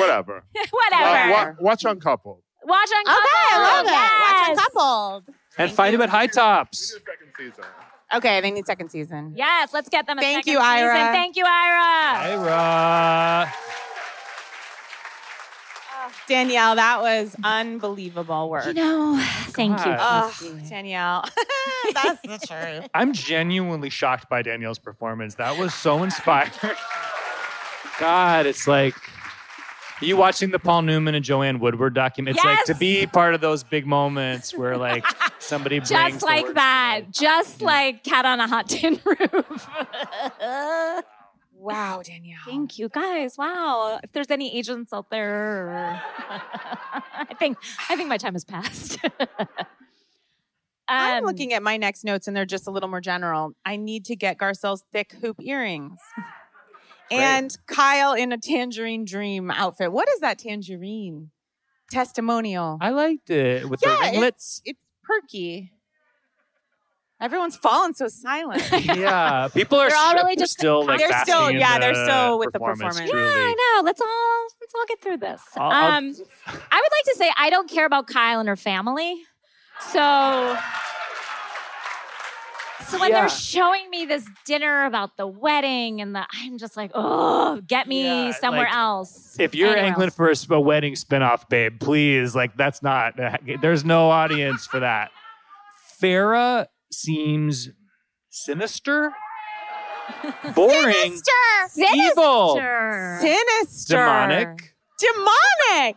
Whatever. Whatever. Uh, wa- watch Uncoupled. Watch on Okay, couple. I love it. yes. Watch coupled. And find him at High Tops. We need a second season. Okay, they need second season. Yes, let's get them. A Thank second you, Ira. season. Thank you, Ira. Ira. Danielle, that was unbelievable work. You know, Oh, thank you. God. Ugh, Danielle, *laughs* that's the *laughs* truth. I'm genuinely shocked by Danielle's performance. That was so inspired. God, it's like you watching the Paul Newman and Joanne Woodward document. It's like to Yes! be part of those big moments where like somebody brings Just the like words that. to Just like cat on a hot tin *laughs* roof. Wow, Danielle. thank you guys. Wow. If there's any agents out there, *laughs* I think I think my time has passed. *laughs* I'm Um, looking at my next notes and they're just a little more general. I need to get Garcelle's thick hoop earrings. And Kyle in a tangerine dream outfit. What is that tangerine? Testimonial. I liked it with Yeah, the it's- ringlets. It's perky. Everyone's fallen so *laughs* silent. yeah, people are They're all sh- really they're just- still like They're still- basking in yeah, they're still with the performance. Yeah, truly. I know. Let's all let's all get through this. I'll- I'll- um, I would like to say I don't care about Kyle and her family. So, so when Yeah. they're showing me this dinner about the wedding and the, I'm just like, oh, get me Yeah, somewhere like, else. If you're Anywhere angling else. for a, sp- a wedding spinoff, babe, please, like, that's not, uh, there's no audience for that. Farah seems *laughs* sinister, boring, evil, Sinister. Sinister. demonic. Demonic.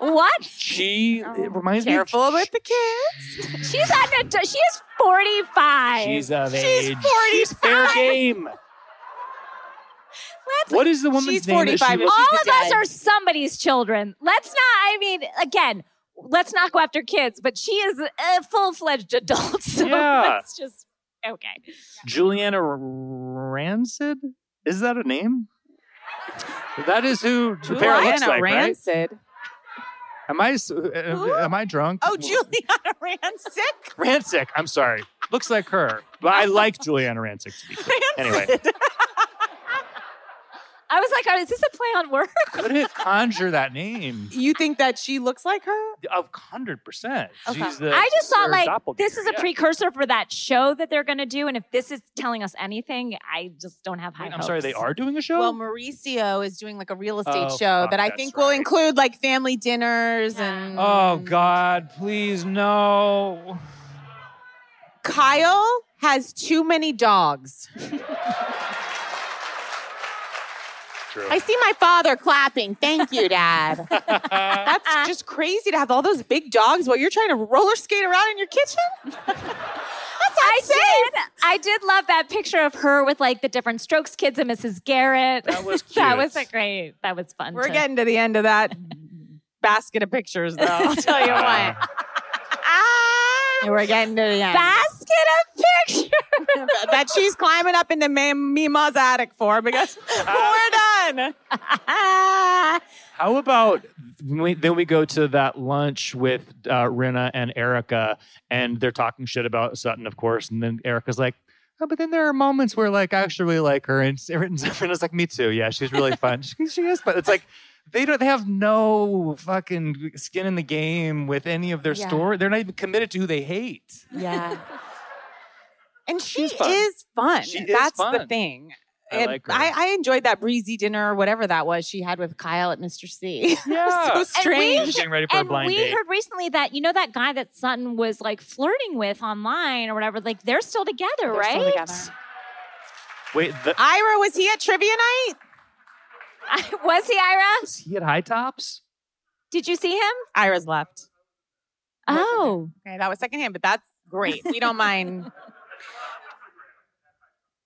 What? She it reminds Oh, Careful me. with the kids. She's on a, she is 45. She's of She's age. 45. She's fair game. Let's, What is the woman's She's name? that she 45 and looks- all she's of us dead. are somebody's children. Let's not, I mean, again, let's not go after kids, but she is a full fledged adult. *laughs* So Yeah. let's just, okay. Juliana R- Rancid? Is that a name? That is who Farrah looks Juliana like, right? Rancid. Am I s- uh, am I drunk? *laughs* Oh, Juliana Rancic. Rancic. I'm sorry. Looks like her, but I like Juliana Rancic to be clear. Anyway, I was like, oh, is this a play on words? couldn't conjure that name. You think that she looks like her? Of hundred percent. She's the. I just thought her like doppelganger, this is a yeah. precursor for that show that they're going to do, and if this is telling us anything, I just don't have high Wait, I'm hopes. sorry. They are doing a show. Well, Mauricio is doing like a real estate Oh, show fuck, that I that's think will right. include like family dinners Yeah. and. oh mm. God! *laughs* Please no. Kyle has too many dogs. True. I see my father clapping. Thank you, Dad. *laughs* Uh, That's just crazy to have all those big dogs while you're trying to roller skate around in your kitchen. I did. I did love that picture of her with like the different strokes kids and Mrs. Garrett. That was *laughs* that cute. was a great. That was fun. We're to- getting to the end of *laughs* that basket of pictures, though. I'll tell *laughs* Uh, you what. ah, We're getting to the end. basket of pictures. that she's climbing up into Ma- Mima's attic for *laughs* because we're done. How about we, then we go to that lunch with uh, Rena and Erica, and they're talking shit about Sutton, of course, and then Erica's like, oh, but then there are moments where like I actually really like her, and *laughs* Rena's Rena's like, me too, yeah, she's really fun, she, she is, but it's like. They don't. They have no fucking skin in the game with any of their Yeah. story. They're not even committed to who they hate. Yeah. And she She's fun. is fun. She is That's the fun. thing. I It- like her. I, I enjoyed that breezy dinner or whatever that was she had with Kyle at Mr. C. *laughs* Yeah. so *laughs* And we- strange. Getting ready for a and blind we date. heard recently that you know that guy that Sutton was like flirting with online or whatever. Like they're still together, right? *laughs* Wait, the, Ira, was he at trivia night? was he Ira? is he at High Tops? Did you see him? Ira's left. Oh, Okay, that was secondhand, but that's great. We don't *laughs* mind.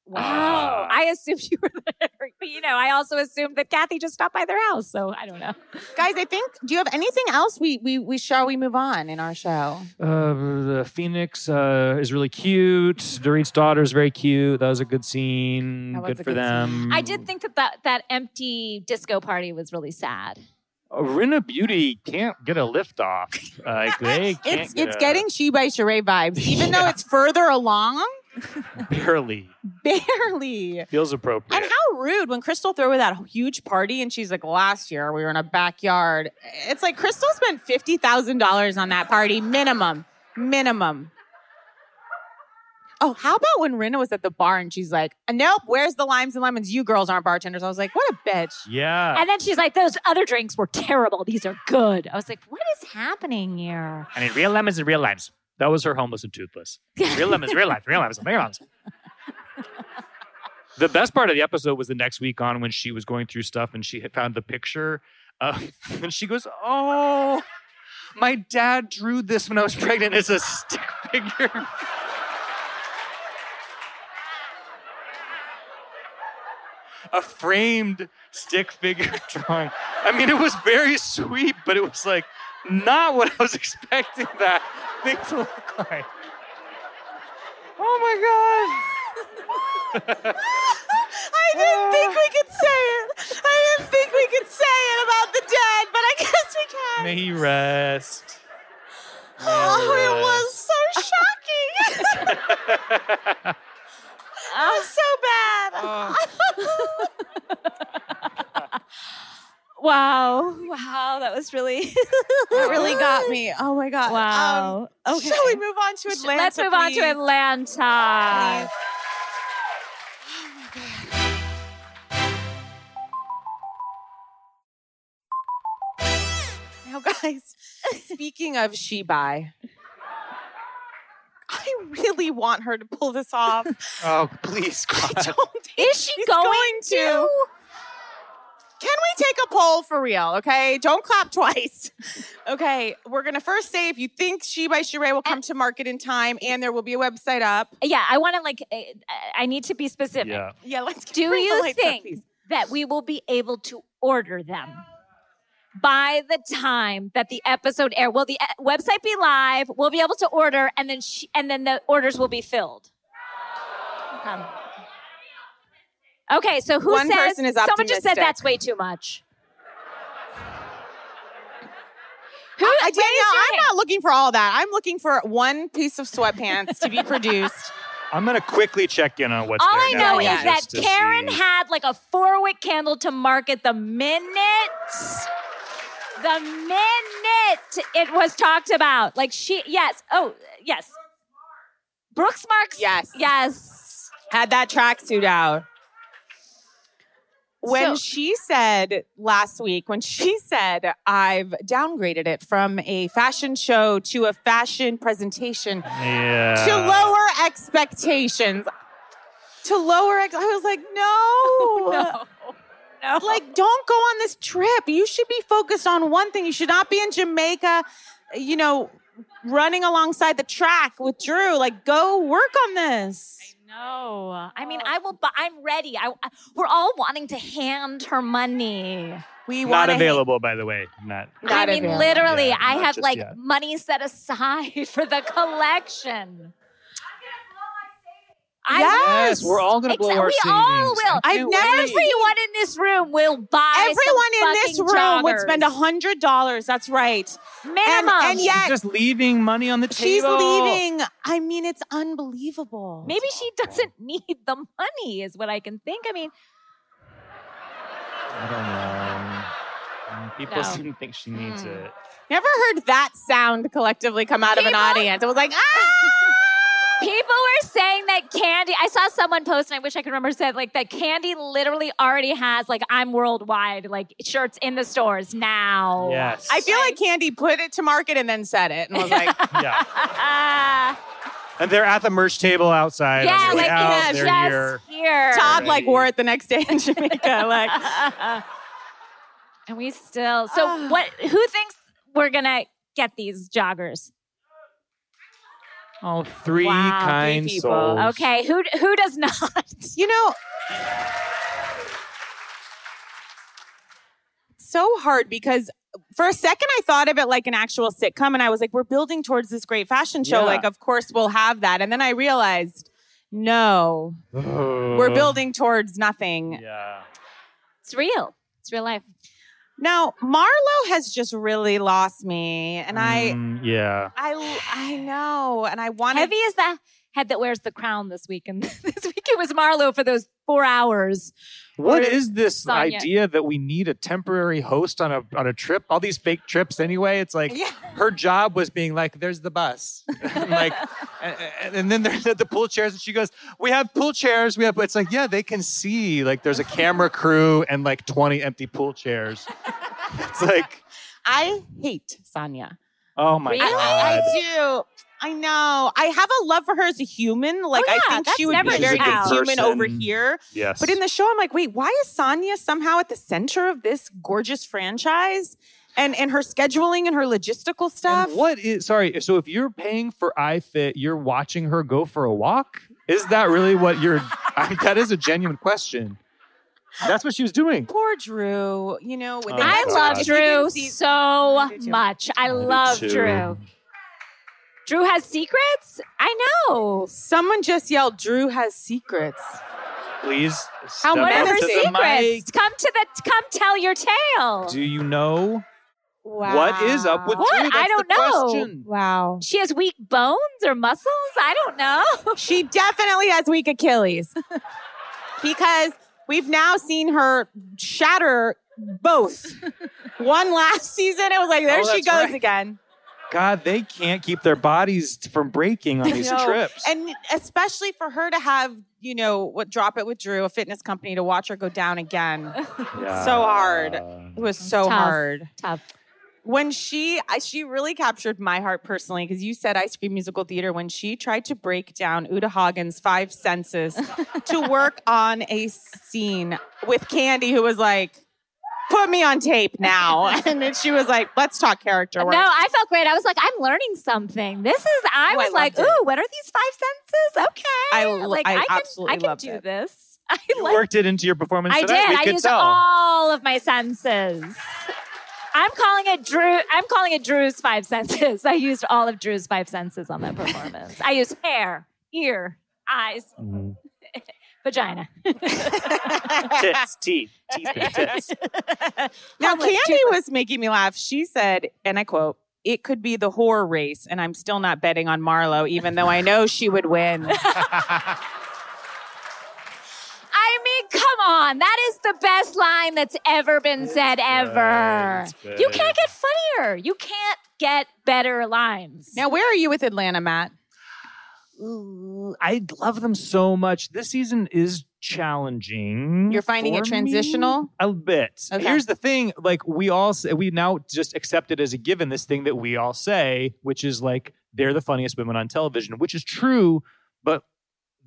wow. Ah. I assumed you were there. *laughs* But, you know, I also assumed that Kathy just stopped by their house. So I don't know. Guys, I think do you have anything else we we we shall we move on in our show? Uh, the Phoenix uh, is really cute. Dorit's daughter is very cute. That was a good scene. That was Good a for good them. I did think that, that that empty disco party was really sad. Uh, Rena Beauty can't get a lift off. Like they can't It's get it's a- getting She by Sheree vibes, even though *laughs* Yeah. it's further along, *laughs* barely barely. feels appropriate. And how rude when Crystal threw that huge party and she's like, last year we were in a backyard. It's like Crystal spent $50,000 on that party, minimum, minimum. Oh, how about when Rena was at the bar and she's like, nope, where's the limes and lemons? You girls aren't bartenders. I was like, what a bitch. yeah, And then she's like, those other drinks were terrible. These are good. I was like, what is happening here? *laughs* I mean, real lemons and real limes. That was her homeless and toothless. Real lemons, real limes, real limes, real limes. The best part of the episode was the next week on when she was going through stuff and she had found the picture, uh, *laughs* and she goes, "Oh, my dad drew this when I was pregnant as a stick figure." A framed stick figure *laughs* drawing. I mean, it was very sweet, but it was like not what I was *laughs* expecting that thing to look like. Oh my god. *laughs* I didn't think we could say it. I didn't think we could say it about the dead, but I guess we can. May he rest. Oh, it was so shocking. it was so bad. Oh. Wow. Wow. That was really. *laughs* That *laughs* really got me. Oh my god. Wow. Um, Okay. Shall we move on to Atlanta? Let's move on please? to Atlanta. Please. Oh Now, guys, speaking of Shibai, I really want her to pull this off. Oh, please, God. *laughs* Don't Is she she's going, going to? to. Can we take a poll for real? Okay, don't clap *laughs* twice. Okay, we're gonna first say if you think She by Sheree will come to market in time, and there will be a website up. Yeah, I want to like. uh, I need to be specific. Yeah. Yeah, let's get Do bring the you lights up, think please. that we will be able to order them by the time that the episode air? Will the uh, website be live? We'll be able to order, and then sh- and then the orders will be filled. Um, okay, so who One says person is someone just said optimistic. that's way too much? Who, I, raise your Danielle, I'm hand. not looking for all that. I'm looking for one piece of *laughs* sweatpants to be produced. I'm gonna quickly check in on what's All there I now, know yeah. is that just to Karen see. had like a four wick candle to market the minute. The minute it was talked about. Like she, yes. Oh, yes. Brooks Marks. Yes. Yes. Had that tracksuit out. When So- she said last week, when she said, I've downgraded it from a fashion show to a fashion presentation Yeah. to lower expectations. To lower, ex- I was like, *laughs* Oh, no. *laughs* No. Like, don't go on this trip. You should be focused on one thing. You should not be in Jamaica, you know, running alongside the track with Drew. Like, go work on this. no. I oh. mean, I will, bu- I'm ready. I, I- we're all wanting to hand her money. We Not wanna hang- available, by the way. Not. I Not mean, available. literally, Yeah, I not have just like yet. money set aside *laughs* for the collection. I Yes. Yes, we're all gonna blow Except our we savings. all will. I I've can't never wait. seen- Everyone in this room will buy. some Everyone in this fucking room would spend a joggers. hundred dollars. That's right. minimum. and yet- She's just leaving money on the She's table. leaving. I mean, it's unbelievable. maybe she doesn't *laughs* need the money, is what I can think. I mean, I don't know. Mm, People No. seem to think she needs Mm. it. Never heard that sound collectively come out of an People- audience. It was like, ah! people were saying that Candy. I saw someone post, and I wish I could remember said like that Candy literally already has like I'm worldwide like shirts in the stores now. Yes. I feel like Candy put it to market and then said it, and was like, yeah. *laughs* Ah. And they're at the merch table outside. on yeah, their way like out, yes, they're just here. here. Todd like Alrighty. wore it the next day in Jamaica. Like, *laughs* and we still. So *sighs* Ah. what? Who thinks we're gonna get these joggers? Oh, three Wow, three kind people. souls. Okay, who who does not? *laughs* you know, so hard because for a second I thought of it like an actual sitcom, and I was like, we're building towards this great fashion show. Yeah. Like, of course we'll have that. And then I realized, no, Uh-huh. we're building towards nothing. Yeah. It's real. It's real life. Now Marlo has just really lost me, and I, Mm, yeah. I, I know, and I wanted. Heavy is the head that wears the crown this week, and *laughs* this week it was Marlo for those four hours. What Or is this Sonya. idea that we need a temporary host on a on a trip? All these fake trips, anyway. It's like Yeah. her job was being like, "There's *laughs* the bus," and like, and, and then there's the pool chairs, and she goes, "We have pool chairs. We have." It's like, yeah, they can see. Like, there's a camera crew and like 20 empty pool *laughs* chairs. It's like, I hate Sonia. oh my Really? I, god. I do. I know. I have a love for her as a human. Like yeah, I think that's she would never be a very good out. human over Person. here. Yes. But in the show, I'm like, wait, why is Sonia somehow at the center of this gorgeous franchise? And and her scheduling and her logistical stuff. And what is sorry? So if you're paying for iFit, you're watching her go for a walk. Is that really what you're? I, that is a genuine question. That's what she was doing. Poor Drew. You know, they Oh, I had to- love if you Drew didn't see- so I do too. much. I love Drew. Drew has secrets. I know. Someone just yelled, Drew has secrets. Please. How step many up What Up are to her the secrets? the Come to the come tell your tale. mic. Do you know Wow. what is up with What? Drew? I That's the don't know. question. Wow. She has weak bones or muscles? I don't know. She definitely has weak Achilles because we've now seen her shatter both. One last season, it was like, there Oh, she that's goes right. again. God, they can't keep their bodies from breaking on these No. trips. And especially for her to have, you know, what Drop It with Drew, a fitness company, to watch her go down again. so hard. It was so tough. hard. Tough. When she, I, she really captured my heart personally because you said Ice Cream Musical Theater when she tried to break down Uta Hagen's five *laughs* senses to work on a scene with Candy, who was like, put me on tape now. *laughs* And then she was like, let's talk character work. No, I felt great. I was like, I'm learning something. This is. I Oh, I was like, loved it. ooh, what are these five senses? Okay, I lo- like I can, I absolutely can loved do it. this. *laughs* I You like. worked it into your performance I did. tonight. We I could used tell. all of my senses. I'm calling it Drew. I'm calling it Drew's five senses. I used all of Drew's five senses on that performance. I used hair, ear, eyes, Mm-hmm. *laughs* vagina. *laughs* Tits, teeth, teeth, and tits. now, Homeless Candy cheaper. was making me laugh. She said, and I quote, it could be the horror race, and I'm still not betting on Marlo, even though I know she would win. I mean, come on. That is the best line that's ever been said ever. good, it's You good. can't get funnier. You can't get better lines. now, where are you with Atlanta, Matt? Ooh, I love them so much. This season is challenging. You're finding it for me. transitional? A bit. Okay. Here's the thing: like we all, say, we now just accept it as a given. This thing that we all say, which is like they're the funniest women on television, which is true. But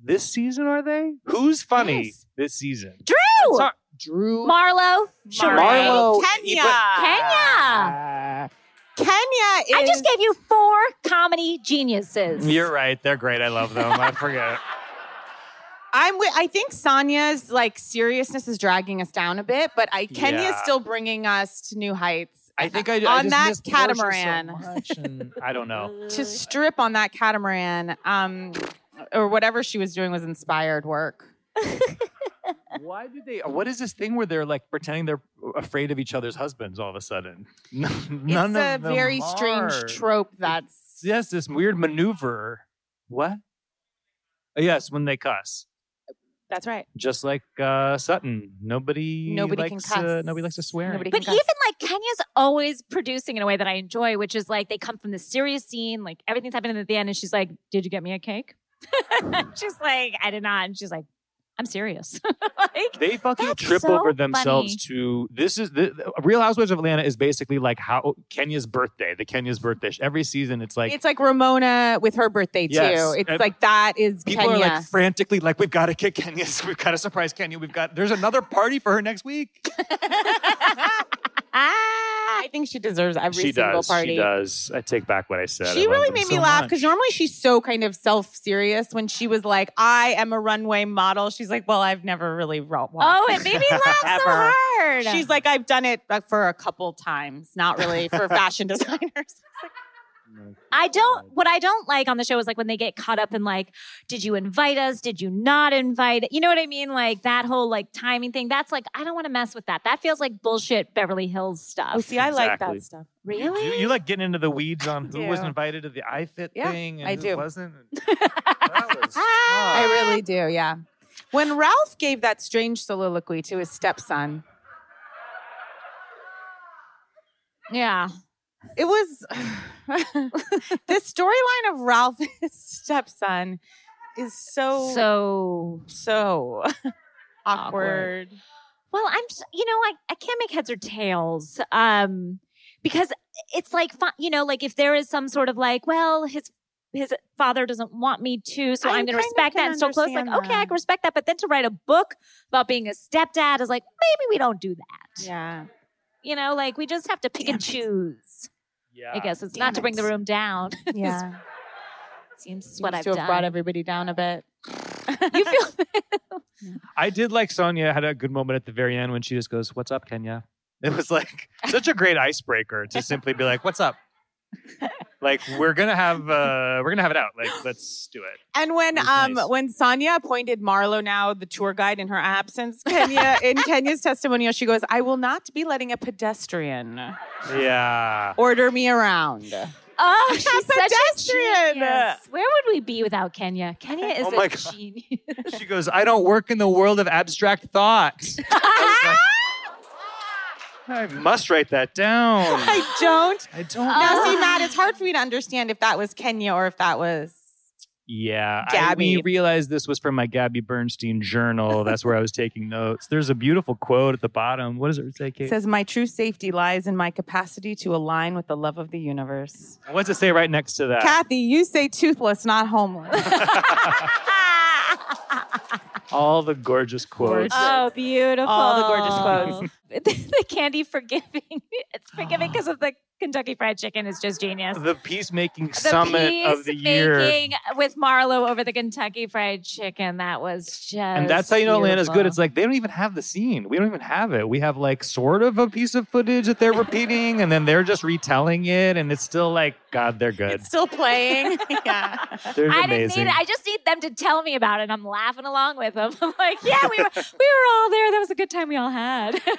this season, are they? Who's funny Yes. this season? Drew! Sorry, Drew. Marlo, Sheree, Marlo. Kenya. Kenya. Kenya is. I just gave you four comedy geniuses. You're right. They're great. I love them. I forget. I'm with, I think Sonya's like seriousness is dragging us down a bit, but I Kenya's Yeah. still bringing us to new heights. I think I on I just that miss Portia so catamaran. much and I don't know. to strip on that catamaran, um, or whatever she was doing was inspired work. Why did they? What is this thing where they're like pretending they're afraid of each other's husbands all of a sudden? *laughs* None of it's a them very are. strange trope that's Yes, this weird maneuver. What? Uh, Yes, when they cuss, that's right. just like uh, Sutton. Nobody. Nobody can likes, cuss. Uh, nobody likes to swear. Nobody But can even cuss. like Kenya's always producing in a way that I enjoy, which is like they come from the serious scene, like everything's happening at the end, and she's like, "Did you get me a cake?" *laughs* she's like, "I did not," and she's like, "I'm serious." *laughs* like, They fucking That's trip so over themselves funny. to this is the, the- Real Housewives of Atlanta is basically like how Kenya's birthday, the Kenya's birthday. sh- Every season, it's like it's like Ramona with her birthday too. Yes. It's And like that is people Kenya. are like frantically like we've got to kick Kenya, *laughs* we've got to surprise Kenya, we've got there's another party for her next week. Ah! I think she deserves every single party. does. I take back what I said. She really made me laugh because normally she's so kind of self serious. When she was like, "I am a runway model," she's like, "Well, I've never really ro- oh, walked." it made me laugh so Ever. hard. she's like, "I've done it uh, for a couple times, not really *laughs* for fashion designers." I don't. What I don't like on the show is like when they get caught up in like, did you invite us? Did you not invite? You know what I mean? Like that whole like timing thing. That's like I don't want to mess with that. That feels like bullshit Beverly Hills stuff. Oh, see, I like Exactly. that stuff. really? You, you like getting into the weeds on who was do. invited to the iFit Yeah, thing and I who do. *laughs* wasn't. That was I tough. really do. Yeah. When Ralph gave that strange soliloquy to his stepson, yeah. it was *sighs* this storyline of Ralph's *laughs* stepson is so so, So *laughs* Awkward. awkward. well, I'm. s- You know, I I can't make heads or tails. Um, because it's like fi- you know, like if there is some sort of like, well, his. His father doesn't want me to, so I I am going kind to of respect can that and so close. Like, understand okay, I that. can respect that, but then to write a book about being a stepdad is like, maybe we don't do that. Yeah. You know, like we just have to pick Damn and it. Ah, choose. Yeah. I guess it's Damn not to bring the it. room down. Yeah. Seems it's Seems what I've to have done. brought everybody down a bit. *laughs* you *laughs* feel I did like Sonia had a good moment at the very end when she just goes, "What's up, Kenya?" It *laughs* was like such a great icebreaker to simply be like, "What's up?" like we're gonna have uh, we're gonna have it out. Like let's do it. And when It was um nice. when Sonia appointed Marlo now the tour guide in her absence, Kenya in Kenya's testimonial, she goes, "I will not be letting a pedestrian Yeah. order me around." oh, *laughs* she's such a Pedestrian. genius. Where would we be without Kenya? Kenya *laughs* is Oh a my God. genius. *laughs* She goes, "I don't work in the world of abstract thought." I, was like, "I must write that down. I don't. I don't. Now, know. see, Matt, it's hard for me to understand if that was Kenya or if that was. Yeah, I, Gabby. we realized this was from my Gabby Bernstein journal. That's where I was taking notes. There's a beautiful quote at the bottom. What does it say, It Kate? says, My true safety lies in my capacity to align with the love of the universe. What's it say right next to that? Kathy, you say toothless, not homeless. All the gorgeous quotes. Oh, beautiful. All the gorgeous *laughs* quotes. the candy forgiving. *laughs* It's forgiving because of the Kentucky Fried Chicken is just genius. The peacemaking summit of the year. peacemaking with Marlo over the Kentucky Fried Chicken. That was just. And that's how you know Atlanta's good. It's like they don't even have the scene. We don't even have it. We have like sort of a piece of footage that they're repeating and then they're just retelling it and it's still like, God, they're good. It's still playing. *laughs* yeah. they're I amazing. didn't need it. I just need them to tell me about it. I'm laughing along with them. *laughs* I'm like, yeah, we were, we were all there. That was a good time we all had. *laughs*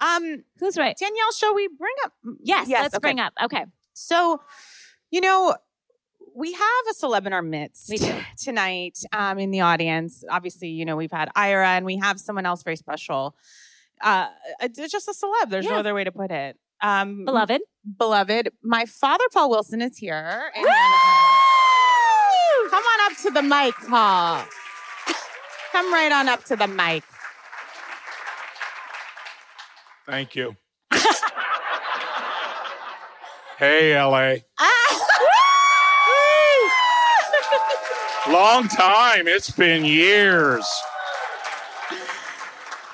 Um, Who's right? Danielle, shall we bring up? Yes, let's okay. bring up. Okay. So, you know, we have a celeb in our midst We do. *laughs* tonight um, in the audience. Obviously, you know, we've had Ira and we have someone else very special. Uh, it's just a celeb. There's no Yeah. other way to put it. Um, Beloved. beloved, my father, Paul Wilson, is here. And- Come on up to the mic, Paul. Come right on up to the mic. Thank you. hey, *laughs* LA. Long time. It's been years.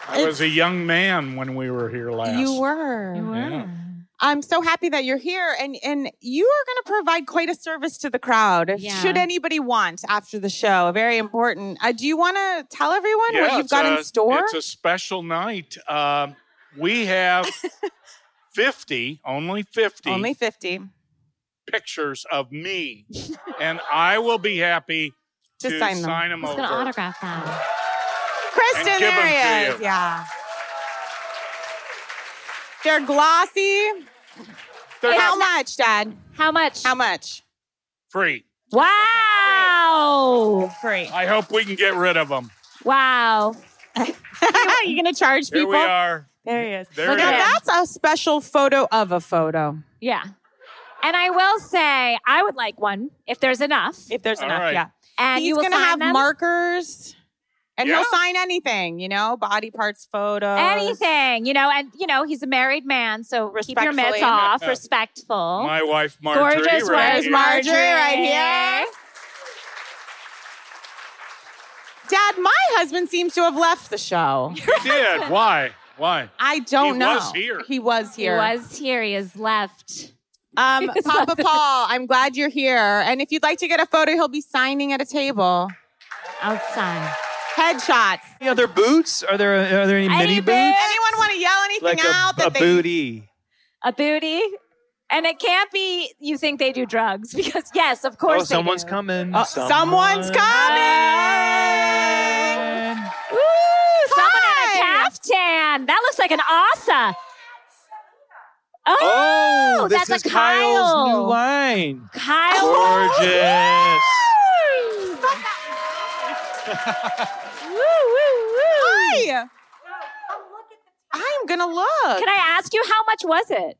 I was a young man when we were here last. You were. Yeah. I'm so happy that you're here, and and you are going to provide quite a service to the crowd. Yeah. Should anybody want after the show, very important. Uh, do you want to tell everyone what you've it's got a- in store? It's a special night. Um, we have 50, only 50 Only fifty pictures of *laughs* me, and I will be happy to, to, sign them. them Who's over. going to autograph that? Kristen, and give 'em there he to is. you. Yeah. They're glossy. They're How not much, Dad? How much? How much? free. Wow. Free. I hope we can get rid of them. Wow. *laughs* you going to charge Here people? we are. There he is. There Now he is. that's a special photo of a photo. Yeah. And I will say, I would like one if there's enough. If there's All enough, right. yeah. and He's you will gonna sign have them. markers, and Yeah. he'll sign anything. You know, body parts, photos, anything, you know, and you know, he's a married man, so keep your mitts Respectfully. off, Yeah. respectful. My wife, Marjorie. Gorgeous right wife, here. Marjorie right here. Dad, my husband seems to have left the show. He did. Why? Why? I don't He know. was here. He was He here. was here, he is left. Um, Papa Paul, I'm glad you're here. And if you'd like to get a photo, he'll be signing at a table. Outside. Headshots. Any other boots? Are there are there any, mini Any boots? Anyone want to yell anything Like out a, a that they booty. A booty. And it can't be you think they do drugs *laughs* because yes, of course. Oh, they someone's do. Uh, coming. Oh, someone's coming! coming. Ooh, someone in a Hi. caftan. That looks like an asa. Oh, Oh, this that's is a Kyle's Kyle. new line. Kyle. *laughs* Gorgeous. Woo, woo, woo. Hi. I'm gonna look. Can I ask you how much was it?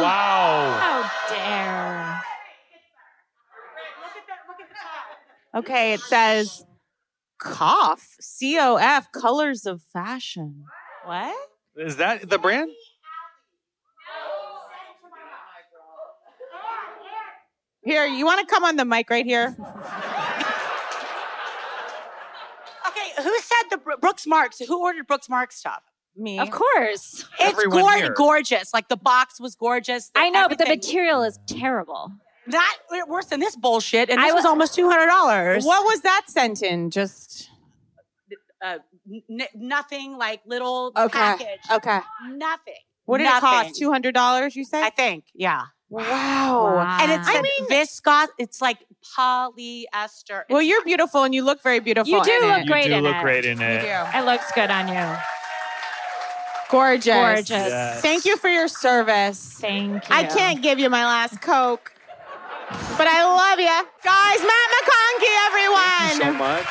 wow. How dare. *gasps* Okay, it says cough, C O F, colors of fashion. What? Is that the brand? Here, you want to come on the mic right here? Okay, who said the Bro- Brooks Marks? Who ordered Brooks Marks stuff? Me. Of course. It's Everyone here. gor- gorgeous. Like the box was gorgeous. the I know, but the everything. material is terrible. not worse than this bullshit. And I this wa- was almost two hundred dollars. What was that sent in? Just N- nothing like little Okay. package. okay. Nothing. What did Nothing. it cost? Two hundred dollars? You I said? think. Yeah. wow. And it's Wow. I mean, viscous. It's like polyester. Well, It's- you're beautiful and you look very beautiful. You do in look it. You Great do in look it. great in You it. do. it looks good on you. Gorgeous. Gorgeous. Yes. Thank you for your service. Thank you. I can't give you my last Coke, but I love you. Guys, Matt McConkey, Thank you everyone. so much.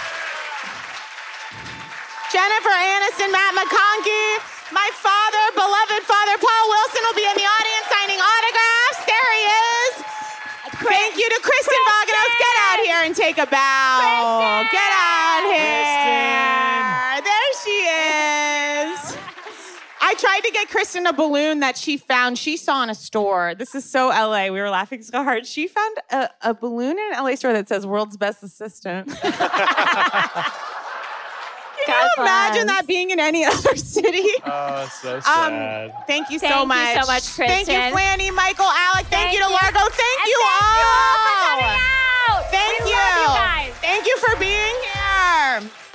Jennifer Aniston, Matt McConkey, my father, beloved father, Paul Wilson will be in the audience signing autographs. There he is. Thank you to Kristen Boganos. Get out here and take a bow. Get out here. There she is. I tried tried to get Kristen a balloon that she found, she saw in a store. This is so LA. We were laughing so hard. She found a, a balloon in an LA store that says world's best assistant. *laughs* Can you imagine that being in any *laughs* other city? Oh, it's so Um, sad. thank you so Thank much. you so much, Thank you, Kristen. Flanny, Michael, Alec. Thank, you to Largo. Thank And you thank all. you all for coming out. Thank We you. love you guys. Thank you for being here.